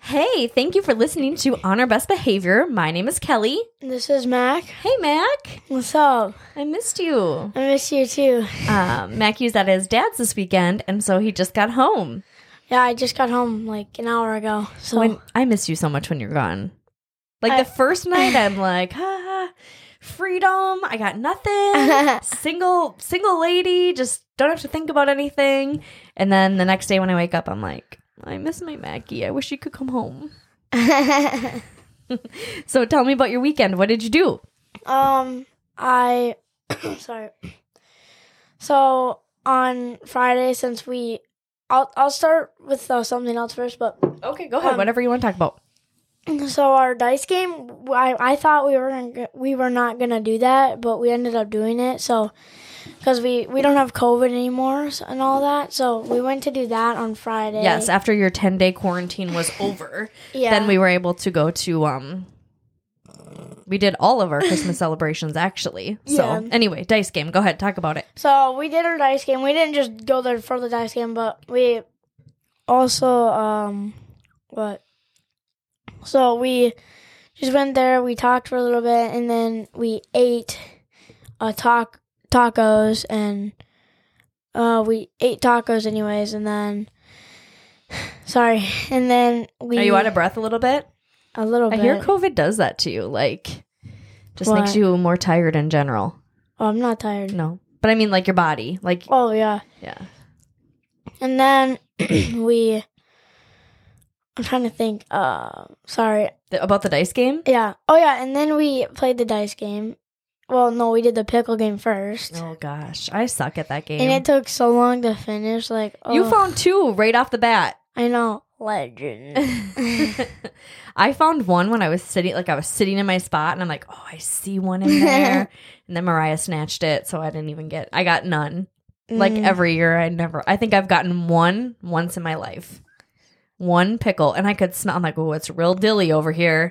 Hey, thank you for listening to On Our Best Behavior. My name is Kelly. This is Mac. Hey, Mac. What's up? I missed you. I miss you too. Uh, Mac was at his dad's this weekend, and so he just got home. Yeah, I just got home like an hour ago. So When I miss you so much when you're gone. Like I- the first night, I'm like, ah, freedom. I got nothing. single, single lady. Just don't have to think about anything. And then the next day when I wake up, I'm like, I miss my Mackie. I wish you could come home. So tell me about your weekend. What did you do? um, I sorry. So on Friday, since we, I'll I'll start with uh, something else first. But Okay, go ahead. Um, Whatever you want to talk about. so our dice game, I I thought we were gonna, we were not gonna do that, but we ended up doing it. So because we we don't have COVID anymore so- and all that, so we went to do that on Friday. Yes, after your 10 day quarantine was over, Yeah. then we were able to go to, um, we did all of our Christmas celebrations actually. So, Yeah. anyway, dice game. Go ahead, talk about it. So we did our dice game. We didn't just go there for the dice game, but we also um what? So we just went there. We talked for a little bit, and then we ate uh talk tacos, and uh we ate tacos anyways, and then sorry, and then we Are you out of breath a little bit? a little I bit. hear COVID does that to you. Like, just makes What? you more tired in general. oh, I'm not tired. No, but I mean, like your body. Like, Oh yeah. yeah. And then we I'm trying to think. Uh sorry. The- about the dice game? Yeah. Oh yeah, and then we played the dice game. Well, no, we did the pickle game first. Oh, gosh. I suck at that game. And it took so long to finish like oh, you found two right off the bat. I know. Legend. I found one when I was sitting, like I was sitting in my spot, and I'm like, oh, I see one in there. and then Mariah snatched it, so I didn't even get. I got none. Like Mm. every year, I never. I think I've gotten one once in my life, one pickle, and I could smell. I'm like, oh, it's real dilly over here.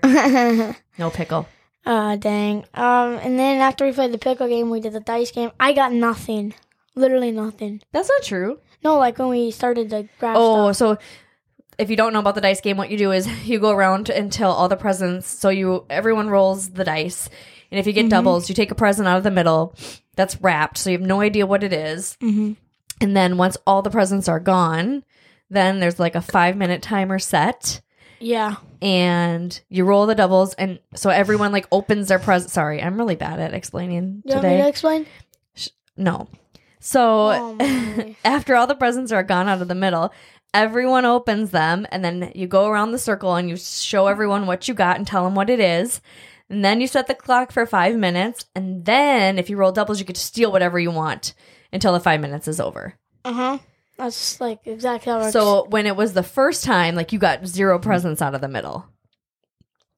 No pickle. Ah, dang. Um and then after we played the pickle game, we did the dice game. I got nothing. Literally nothing. That's not true. No, like when we started the graph Oh, so stuff. if you don't know about the dice game, what you do is you go around until all the presents. So you everyone rolls the dice, and if you get doubles, you take a present out of the middle that's wrapped, so you have no idea what it is. Mhm. And then once all the presents are gone, then there's like a five minute timer set. Yeah. And you roll the doubles, and so everyone like opens their present. Sorry, I'm really bad at explaining Do you want me to today. explain? No, so Oh, my. after all the presents are gone out of the middle, everyone opens them and then you go around the circle and you show everyone what you got and tell them what it is. And then you set the clock for five minutes. And then if you roll doubles, you could steal whatever you want until the five minutes is over. Uh-huh. That's like exactly how it works. So when it was the first time, like you got zero Mm-hmm. presents out of the middle.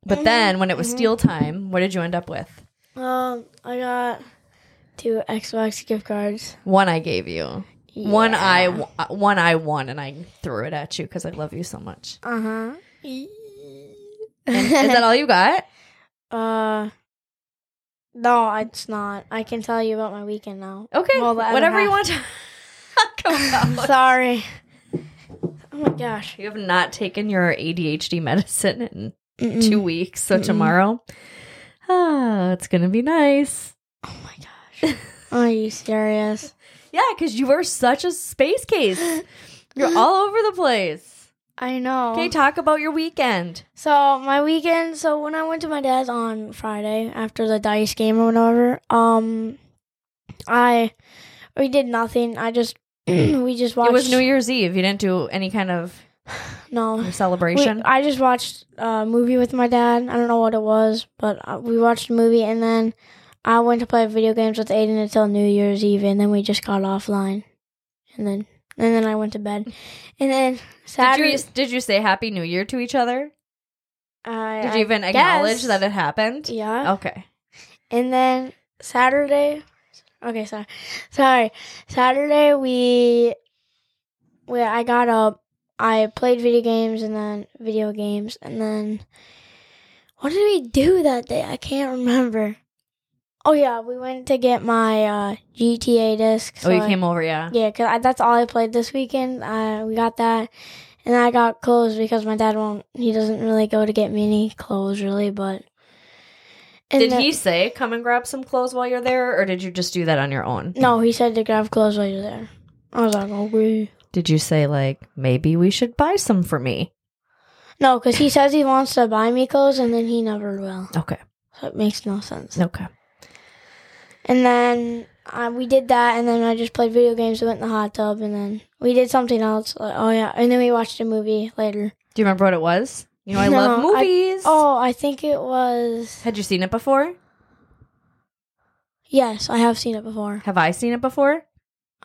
But then when it Mm-hmm. was steal time, what did you end up with? Um, I got two Xbox gift cards. One I gave you. One I one I won and I threw it at you because I love you so much. Uh huh. And is that all you got? Uh, no, it's not. I can tell you about my weekend now. Okay. Well, the other Whatever you want half. to talk about. Sorry. Oh my gosh. You have not taken your ADHD medicine in Mm-mm. two weeks, so Mm-mm. tomorrow, ah, it's gonna be nice. Oh my gosh. Are you serious? Yeah, because you are such a space case. You're all over the place. I know. Okay, talk about your weekend. So my weekend. So when I went to my dad's on Friday after the dice game or whatever, um, I we did nothing. I just we just watched. It was New Year's Eve. You didn't do any kind of No, We- celebration. I just watched a movie with my dad. I don't know what it was, but uh, we watched a movie and then I went to play video games with Aiden until New Year's Eve, and then we just got offline, and then and then I went to bed, and then did Saturday. you did you say Happy New Year to each other? I, Did I you even acknowledge guess. that it happened? Yeah, Okay. and then Saturday. Okay, sorry, sorry. Saturday we, we I got up. I played video games and then video games and then what did we do that day? I can't remember. Oh yeah, we went to get my uh, GTA disc. oh, you so I- came over, yeah. Yeah, cause I, that's all I played this weekend. Uh, we got that, and I got clothes because my dad won't. He doesn't really go to get me any clothes really, but. and Did the- he say come and grab some clothes while you're there, or did you just do that on your own? No, he said to grab clothes while you're there. I was like, okay. Did you say like maybe we should buy some for me? No, because he says he wants to buy me clothes, and then he never will. Okay. So it makes no sense. Okay. And then uh, we did that, and then I just played video games. We went in the hot tub, and then we did something else. Like, oh yeah, and then we watched a movie later. Do you remember what it was? You know, I No, love I- movies. Oh, I think it was. Had you seen it before? Yes, I have seen it before. Have I seen it before?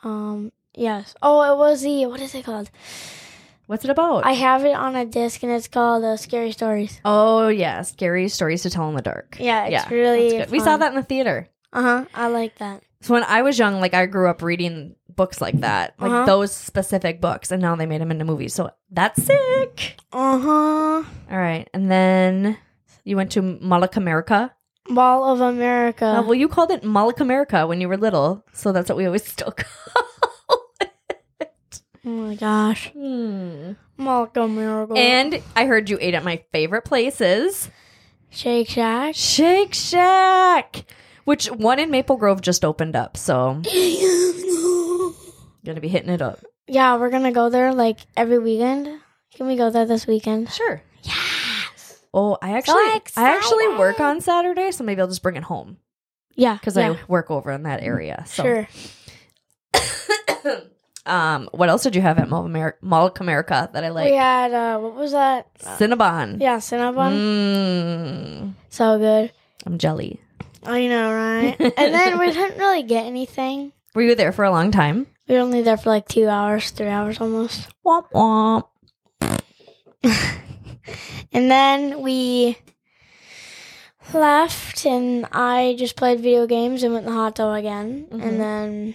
Um, yes. Oh, it was the what is it called? What's it about? I have it on a disc, and it's called uh, "Scary Stories." oh yeah, scary stories to tell in the dark. Yeah, it's Yeah, really. That's good. We saw that in the theater. Uh huh. I like that. So when I was young, like I grew up reading books like that, like Uh-huh. those specific books, and now they made them into movies. So that's sick. Uh huh. All right, and then you went to Malak America. Ball of America. Uh, well, you called it Malak America when you were little, so that's what we always still call. it. oh my gosh, Hmm. Malcolm Miracle And I heard you ate at my favorite places. Shake Shack. Shake Shack, which one in Maple Grove just opened up, so gonna be hitting it up. Yeah, we're gonna go there like every weekend. Can we go there this weekend? Sure. Yes. Oh, I actually, I actually work excited. on Saturday, so maybe I'll just bring it home Yeah, because yeah, I work over in that area. So, sure. um, what else did you have at Mall, Amer- Mall America that I like? we had uh, what was that? Uh, Cinnabon. yeah, Cinnabon. Mm, So good. I'm jelly. I know, right? and then we didn't really get anything. Were you there for a long time? We were only there for like two hours, three hours almost. Womp womp. And then we left, and I just played video games and went in the hot tub again. Mhm. And then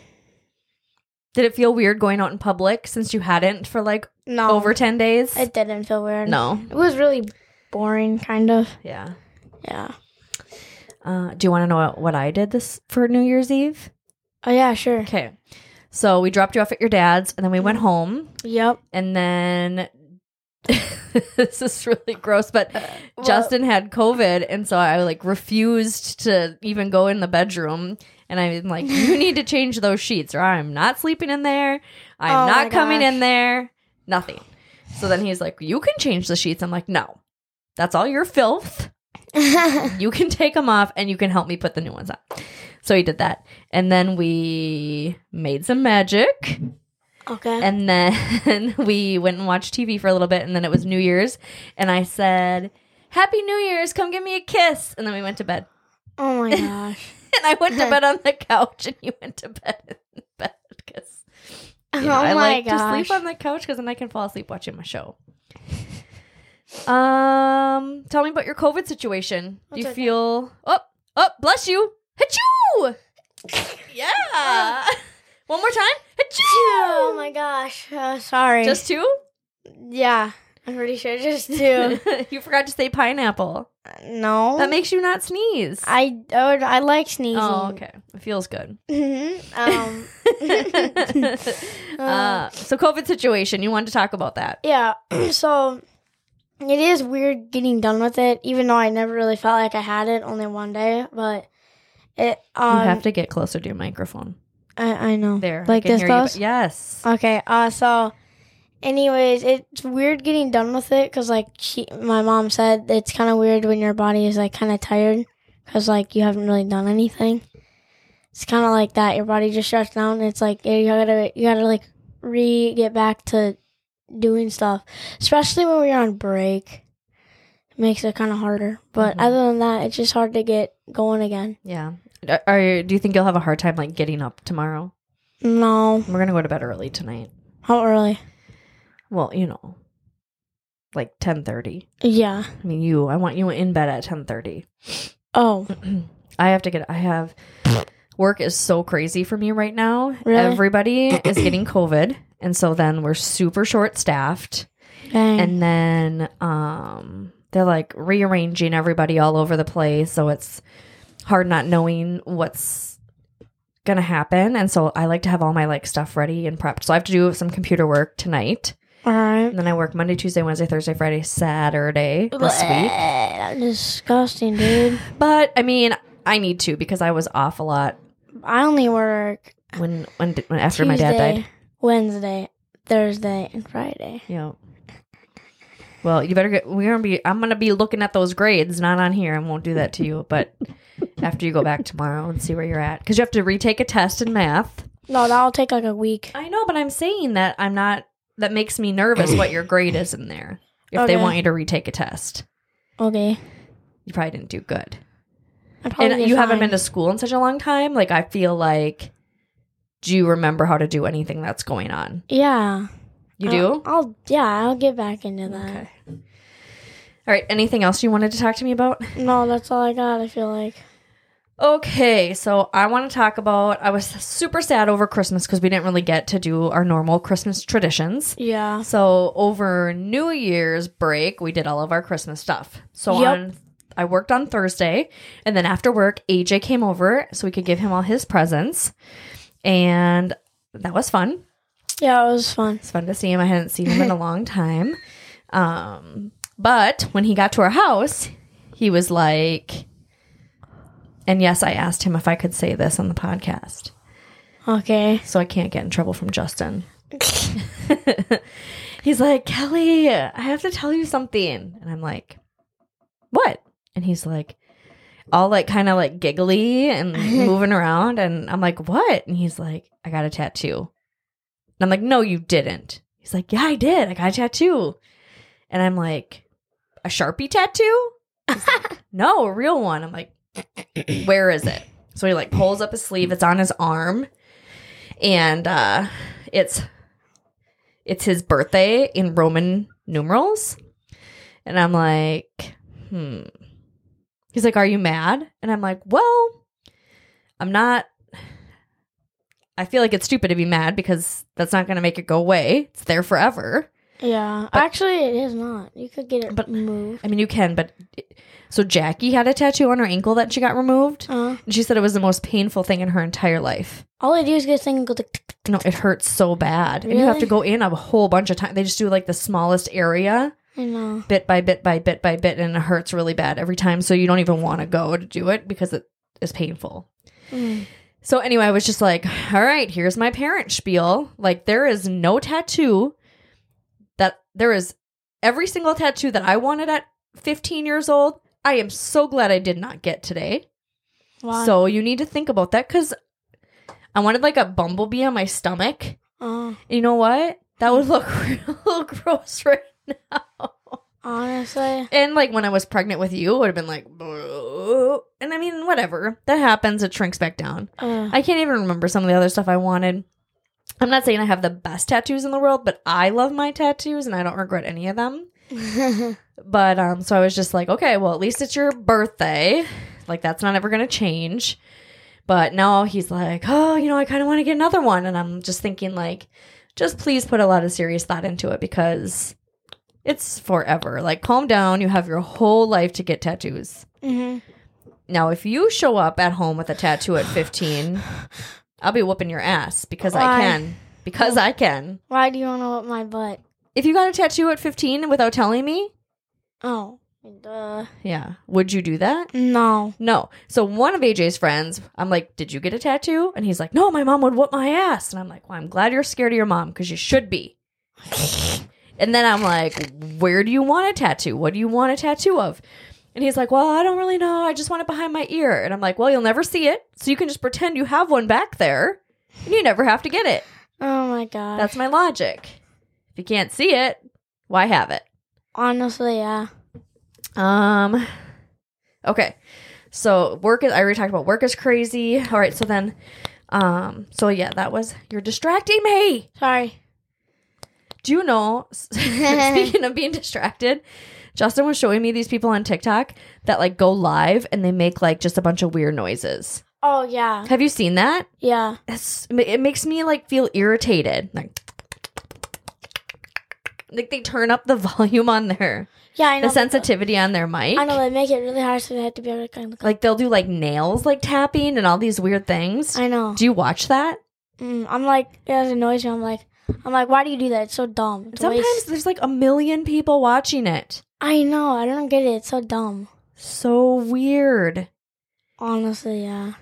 Did it feel weird going out in public since you hadn't for like no, over ten days? it didn't feel weird. no. it was really boring, kind of. Yeah. Yeah. Uh, do you want to know what, what I did this for New Year's Eve? Oh yeah, sure. Okay. Mm-hmm. So we dropped you off at your dad's and then we went home Yep. and then this is really gross, but Well- Justin had COVID and so I like refused to even go in the bedroom and I'm like, You need to change those sheets or I'm not sleeping in there. I'm Oh my not coming gosh. in there. Nothing. So then he's like, You can change the sheets. I'm like, No. That's all your filth. you can take them off and you can help me put the new ones on. So he did that. And then we made some magic. okay. And then we went and watched TV for a little bit. And then it was New Year's. And I said, Happy New Year's. Come give me a kiss. And then we went to bed. oh my gosh. And I went to bed on the couch and you went to bed in bed because oh I my like gosh. to sleep on the couch because then I can fall asleep watching my show. Um, tell me about your COVID situation. Do you What's feel? Oh, oh, bless you. Hachoo! yeah. One more time. oh Hachoo! my gosh. Uh, sorry. Just two? yeah. I'm pretty sure just two. you forgot to say pineapple. no. That makes you not sneeze. I I, would, I like sneezing. oh, okay. It feels good. Mhm. um. uh, so COVID situation. You wanted to talk about that? Yeah. so it is weird getting done with it, even though I never really felt like I had it. Only one day, but it. Um, you have to get closer to your microphone. I, I know. There, I Like can this hear you, but- close. Yes. Okay. Uh. So, anyways, it's weird getting done with it because, like, she, my mom said, it's kind of weird when your body is like kind of tired because, like, you haven't really done anything. It's kind of like that. Your body just shuts down. And it's like you gotta, you gotta like re get back to doing stuff, especially when we're on break. It makes it kind of harder. But Mhm. other than that, it's just hard to get going again. Yeah. Are- Are you, do you think you'll have a hard time like getting up tomorrow? No, We're gonna go to bed early tonight. not really. Well, you know, like ten thirty. Yeah. I mean, you. I want you in bed at ten thirty. Oh. I have to get. I have. Work is so crazy for me right now. Really? Everybody is getting COVID, and so then we're super short staffed. Dang. and then um they're like rearranging everybody all over the place so it's hard not knowing what's gonna happen and so i like to have all my like stuff ready and prepped so i have to do some computer work tonight All right. And then I work Monday, Tuesday, Wednesday, Thursday, Friday, Saturday this week. That's disgusting, dude. But I mean, I need to because I was off a lot I only work when when, when after my dad Tuesday, died. Wednesday, Thursday, and Friday. Yeah. Well, you better get. We're gonna be. I'm gonna be looking at those grades, not on here. I won't do that to you, but after you go back tomorrow and see where you're at, because you have to retake a test in math. No, that'll take like a week. I know, but I'm saying that I'm not. That makes me nervous. what your grade is in there if they Okay. want you to retake a test. Okay. You probably didn't do good, I probably and did you haven't been fine. to school in such a long time. Like I feel like, do you remember how to do anything that's going on? Yeah. You do. I'll, I'll yeah, I'll get back into that. Okay. All right. Anything else you wanted to talk to me about? No, that's all I got. I feel like. Okay. So I want to talk about. I was super sad over Christmas because we didn't really get to do our normal Christmas traditions. Yeah. So over New Year's break, we did all of our Christmas stuff. So Yep. on. I worked on Thursday, and then after work, AJ came over so we could give him all his presents, and that was fun. Yeah, it was fun. It's fun to see him. I hadn't seen him in a long time. Um, but when he got to our house, he was like, and yes, I asked him if I could say this on the podcast, Okay. so I can't get in trouble from Justin. he's like, Kelly, I have to tell you something. And I'm like, what? And he's like, all like kind of like giggly and moving around. And I'm like, what? And he's like, I got a tattoo. And I'm like, no, you didn't. He's like, yeah, I did. I got a tattoo. And I'm like, a Sharpie tattoo? He's like, no, a real one. I'm like, where is it? So he like pulls up his sleeve. It's on his arm. And uh it's it's his birthday in Roman numerals. And I'm like, hmm. He's like, Are you mad? And I'm like, Well, I'm not. I feel like it's stupid to be mad because that's not going to make it go away. It's there forever. Yeah. Actually, it is not. You could get it But- moved. I mean, you can, but. So Jackie had a tattoo on her ankle that she got removed. Uh, And she said it was the most painful thing in her entire life. all I do is get thing and go tick, tick, tick. No, it hurts so bad. And you have to Really? go in a whole bunch of time. They just do like the smallest area. I know. bit by bit by bit by bit and it hurts really bad every time so you don't even want to go to do it because it is painful Mm. so anyway i was just like all right here's my parent spiel like there is no tattoo that there is every single tattoo that i wanted at 15 years old i am so glad i did not get today Wow. so you need to think about that because i wanted like a bumblebee on my stomach Uh, you know what that would look real gross right honestly, And like when I was pregnant with you, it would have been like, "Bleh." and I mean, whatever that happens, it shrinks back down. uh, I can't even remember some of the other stuff I wanted. I'm not saying I have the best tattoos in the world, but I love my tattoos and I don't regret any of them. But um, so I was just like, okay, well, at least it's your birthday. Like that's not ever gonna change. But now he's like, oh, you know, I kind of want to get another one, and I'm just thinking like, just please put a lot of serious thought into it because it's forever. Like, calm down. You have your whole life to get tattoos. hmm Now, if you show up at home with a tattoo at 15, I'll be whooping your ass because I Why? can. Because I can. Why do you want to whip my butt? If you got a tattoo at 15 without telling me, Oh, duh. yeah, would you do that? No. No. So one of AJ's friends, I'm like, did you get a tattoo? And he's like, no, my mom would whoop my ass. And I'm like, well, I'm glad you're scared of your mom because you should be. and then I'm like, where do you want a tattoo? What do you want a tattoo of? And he's like, well, I don't really know. I just want it behind my ear. And I'm like, well, you'll never see it. So you can just pretend you have one back there and you never have to get it. Oh my god. That's my logic. If you can't see it, why have it? honestly, yeah. Um. Okay. So work is. I already talked about work is crazy. All right. So then, um. So yeah, that was you're distracting me. Sorry. Do you know? s- speaking of being distracted, Justin was showing me these people on TikTok that like go live and they make like just a bunch of weird noises. Oh yeah. Have you seen that? Yeah. It's, it makes me like feel irritated. Like, like they turn up the volume on their Yeah, I know. the sensitivity on their mic. I know they make it really hard, so they have to be able to kind of. like they'll do like nails like tapping and all these weird things I know. do you watch that Mm, I'm like, it has a noise, and I'm like, I'm like, why do you do that? It's so dumb. It's a waste." Sometimes there's like a million people watching it. I know. I don't get it. It's so dumb. So weird. Honestly, yeah.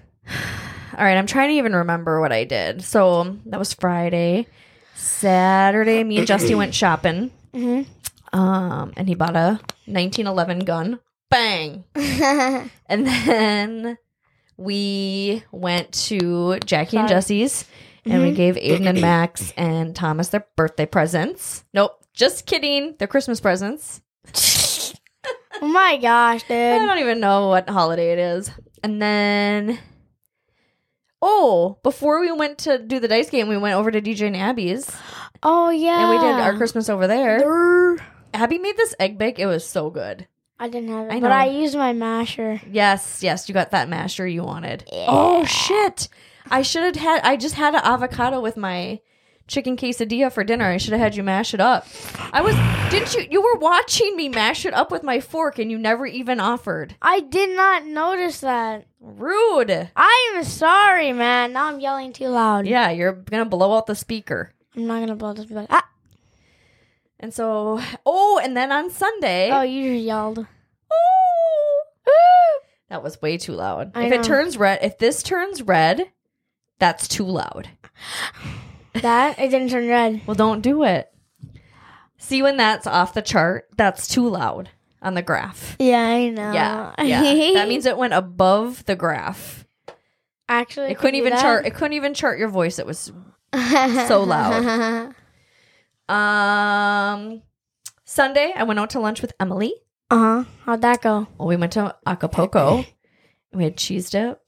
All right, I'm trying to even remember what I did. So um, that was Friday. Saturday, me and Justy went shopping. Mhm. Um, and he bought a 1911 gun. Bang! And then we went to Jackie and Sorry. Jesse's and we gave Aiden and Max and Thomas their birthday presents. Nope, just kidding. Their Christmas presents. oh my gosh, I dude. don't even know what holiday it is. And then, oh, before we went to do the dice game, we went over to DJ and Abby's Oh yeah. and we did our Christmas over there. Christmas. Abby made this egg bake. It was so good. I didn't have it, I but know. I used my masher. Yes, yes, you got that masher you wanted. Oh shit! I should have had. I just had an avocado with my chicken quesadilla for dinner. I should have had you mash it up. I was. Didn't you? You were watching me mash it up with my fork, and you never even offered. I did not notice that. Rude. I am sorry, man. Now I'm yelling too loud. Yeah, you're gonna blow out the speaker. I'm not gonna blow this. But ah, And so, oh, and then on Sunday, oh, you just yelled. Ooh. oh, that was way too loud. I if know. it turns red, if this turns red, that's too loud. That it didn't turn red. Well, don't do it. See when that's off the chart, that's too loud on the graph. Yeah, I know. Yeah, yeah. that means it went above the graph. actually It couldn't even chart. It couldn't even chart your voice. It was so loud. um Sunday. I went out to lunch with Emily. Uh huh. How'd that go? Well, we went to Acapulco. we had cheese dip,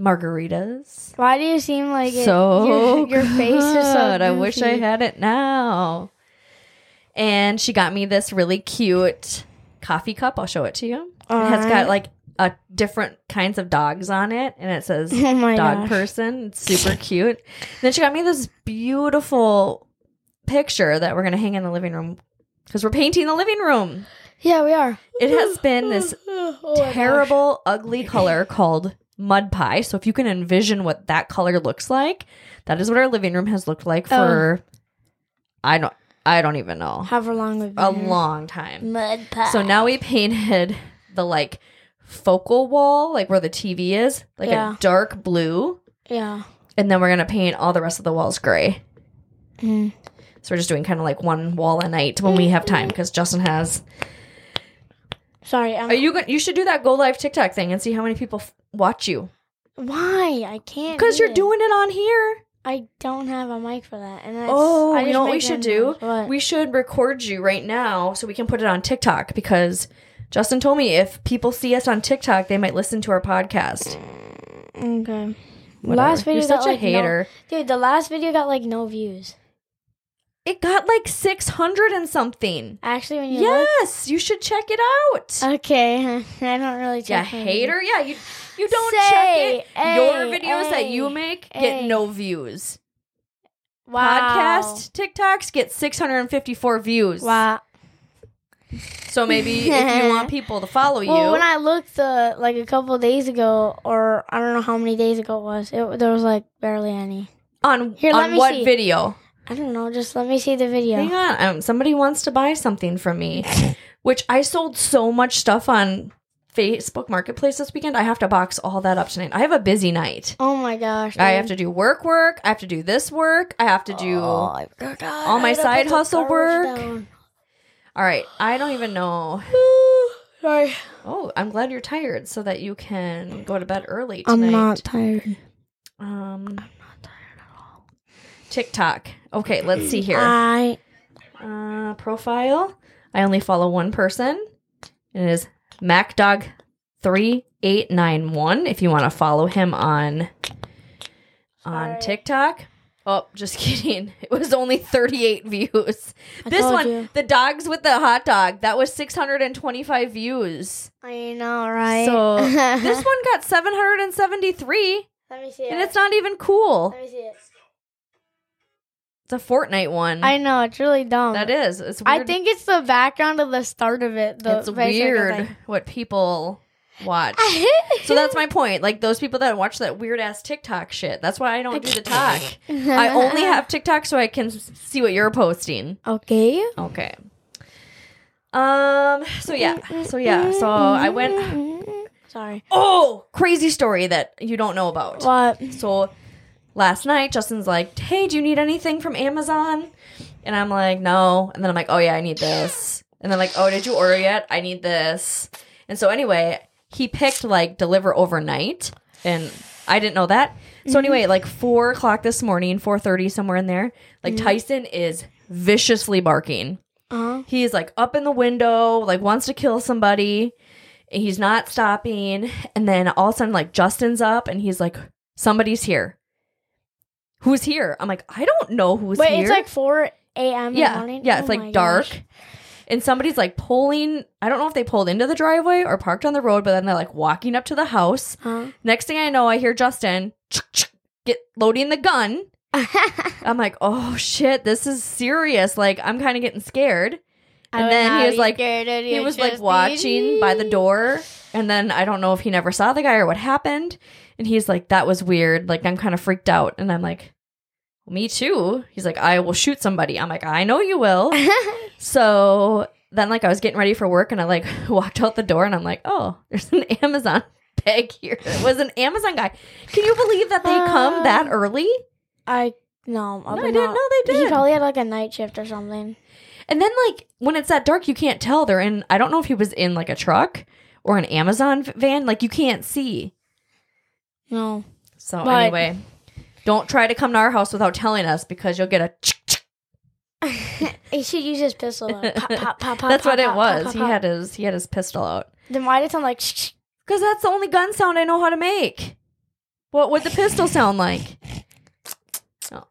margaritas. Why do you seem like it, so your, your face is so? good. I wish I goofy? had it now. And she got me this really cute coffee cup. I'll show it to you. it has got Alright. like a different kinds of dogs on it, and it says Oh my dog gosh. person. It's super cute. then she got me this beautiful picture that we're gonna hang in the living room because we're painting the living room. Yeah, we are. It has been this Oh my gosh. terrible, ugly color called mud pie. So if you can envision what that color looks like, that is what our living room has looked like for I don't I don't even know. However long we've been A here. long time. mud pie. So now we painted the like focal wall, like where the TV is, like Yeah. a dark blue, yeah. and then we're going to paint all the rest of the walls gray. Mm. So we're just doing kind of like one wall a night when we have time cuz Justin has Sorry. I'm, Are you going you should do that go live TikTok thing and see how many people f- watch you. why I can't? Cuz do you're it. doing it on here. I don't have a mic for that. And that's, Oh, I you just know what make we should that do? noise. What? We should record you right now so we can put it on TikTok because Justin told me if people see us on TikTok, they might listen to our podcast. okay. Whatever. Last video You're such got, a like, no- hater. Dude, the last video got like no views. It got like 600 and something. Actually, when you Yes, you should check it out. look, okay, I don't really yeah, check. my hater. Yeah, you you don't Say, check it. Your ay, videos that you ay, make ay. get no views. video. Wow. Podcast TikToks get 654 views. Wow. So maybe if you want people to follow you, Well, when I looked the like a couple days ago, or I don't know how many days ago it was, it, there was like barely any. on Here, let on me what see. video? I don't know. Just let me see the Hang video. on. Um, somebody wants to buy something from me, which I sold so much stuff on Facebook Marketplace this weekend. I have to box all that up tonight. I have a busy night. Oh my gosh! I have to do work, work. I have to do this work. I have to do. Oh, All all my side hustle work. right. I don't even know. Sorry, Oh, I'm glad you're tired so that you can go to bed early tonight. I'm not tired. Um, I'm not tired at all. TikTok. Okay, let's see here. I uh, profile. I only follow one person. It is MacDog3891 if you want to follow him on on Sorry. TikTok. Oh, just kidding. It was only 38 views. I this told one, you. the dogs with the hot dog, that was 625 views. I know, right? So this one got 773 let me see it. and it's not even cool. let me see it. It's a Fortnite one. I know it's really dumb. Mm. that is. It's weird. I think it's the background of the start of it. The it's basically, weird like- what people watch. So that's my point. Like those people that watch that weird ass TikTok shit. That's why I don't do the talk. I only have TikTok so I can s- see what you're posting. Okay. Okay. Um. So yeah. So yeah. So I went. Mm-hmm. Sorry. Oh, crazy story that you don't know about. What? So last night, Justin's like, "Hey, do you need anything from Amazon?" And I'm like, "No." And then I'm like, "Oh yeah, I need this." And then like, "Oh, did you order yet? I need this." And so anyway, he picked like deliver overnight, and I didn't know that. So anyway, like four o'clock this morning, four thirty somewhere in there, like Tyson is viciously barking. Uh-huh. He is like up in the window, like wants to kill somebody. And he's not stopping. And then all of a sudden, like Justin's up and he's like, somebody's here. Who's here? I'm like, I don't know who's Wait, here. it's like 4 a.m. in the yeah, morning? yeah, it's Oh my like dark. gosh. And somebody's like pulling. I don't know if they pulled into the driveway or parked on the road, but then they're like walking up to the house. Next thing I know, I hear Justin get loading the gun. Huh? I'm like, oh shit, this is serious. Like, I'm kind of getting scared. And then he was like, he was like watching by the door and then i don't know if he never saw the guy or what happened and he's like that was weird like i'm kind of freaked out and i'm like me too he's like i will shoot somebody i'm like i know you will so then like i was getting ready for work and i like walked out the door and i'm like oh there's an amazon bag here it was an amazon guy can you believe that they come that early I no, I, Um, no i would didn't not. know they He did probably had like a night shift or something. And then like when it's that dark, you can't tell they're in. I don't know if he was in like a truck or an Amazon v- van. Like you can't see. No. So But- anyway, don't try to come to our house without telling us because you'll get a. He should use his pistol. Like, pop, pop, pop, pop, That's pop, what it pop, was. pop, pop, he pop. had his he had his pistol out Then why did it sound like? Shh, shh? because that's the only gun sound I know how to make. What would the pistol sound like? Oh.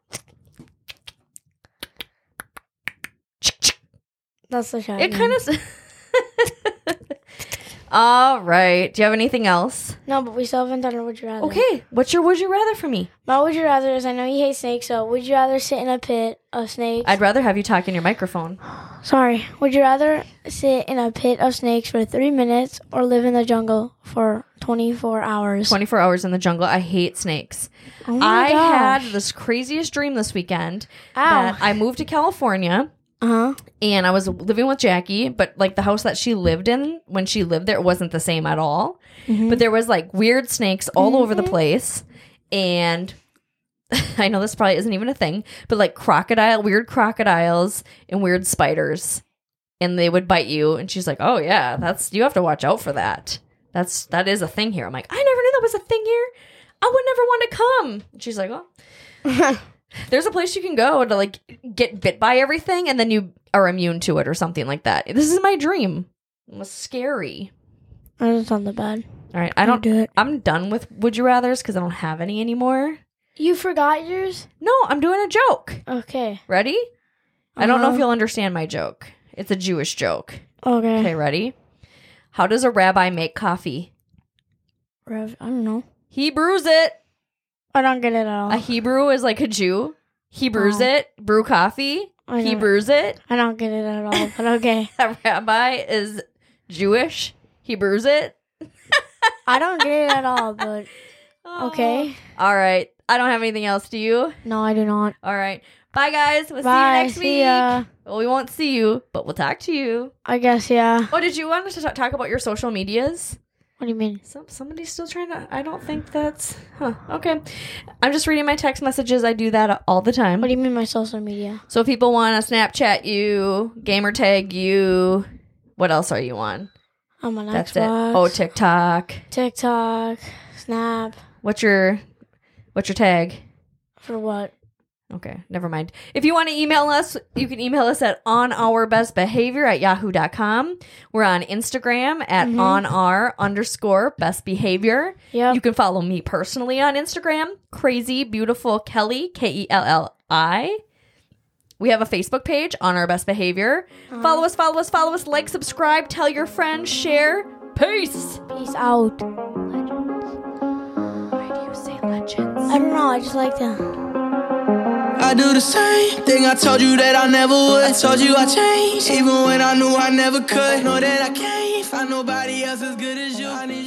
That's the shot. It kind of. All right. Do you have anything else? No, but we still haven't done a would you rather. Okay. What's your would you rather for me? My would you rather is I know you hate snakes, so would you rather sit in a pit of snakes? I'd rather have you talk in your microphone. Sorry. Would you rather sit in a pit of snakes for three minutes or live in the jungle for twenty four hours? 24 hours in the jungle. I hate snakes. Oh my I gosh. had this craziest dream this weekend Ow. that I moved to California Uh huh. and I was living with Jackie, but like the house that she lived in when she lived there wasn't the same at all. But there was like weird snakes all over the place and I know this probably isn't even a thing, but like crocodile, weird crocodiles and weird spiders and they would bite you and she's like, "Oh yeah, that's you have to watch out for that." That's that is a thing here. I'm like, "I never knew that was a thing here. I would never want to come." And she's like, "Oh, there's a place you can go to like get bit by everything and then you are immune to it or something like that. This is my dream. It was scary. That doesn't sound that bad. All right, I don't do it. I'm done with would you rather's cuz I don't have any anymore. You forgot yours? No, I'm doing a joke. Okay. Ready? I don't know if Uh-huh. you'll understand my joke. It's a Jewish joke. Okay. Okay, ready? How does a rabbi make coffee? Rev- I don't know. He brews it. I don't get it at all. A Hebrew is like a Jew. He brews Oh. it. Brew coffee. I He don't- brews it. I don't get it at all, but okay. A rabbi is Jewish. He brews it. I don't get it at all, but okay. Oh. All right. I don't have anything else. Do you? No, I do not. All right. Bye, guys. We'll Bye. see you next see week. ya. Well, we won't see you, but we'll talk to you. I guess, yeah. Oh, did you want us to ta- talk about your social medias? What do you mean? Some, somebody's still trying to. I don't think that's. Huh. Okay. I'm just reading my text messages. I do that all the time. What do you mean my social media? So if people want to Snapchat you, gamer tag you. What else are you on? I'm on That's it. Xbox. Oh, TikTok. TikTok, Snap, What's your what's your tag? for what? Okay, never mind. If you want to email us, you can email us at on our best behavior at yahoo.com. We're on Instagram at on our underscore best behavior. Yep. You can follow me personally on Instagram, crazy beautiful Kelly, K E L L I. We have a Facebook page on our best behavior. Follow us, follow us, follow us, like, subscribe, tell your friends, share. Peace. Peace out. Why do you say legends? I don't know. I just like to. I do the same thing I told you that I never would. I told you I changed, even when I knew I never could. Know that I can't find nobody else as good as you. I need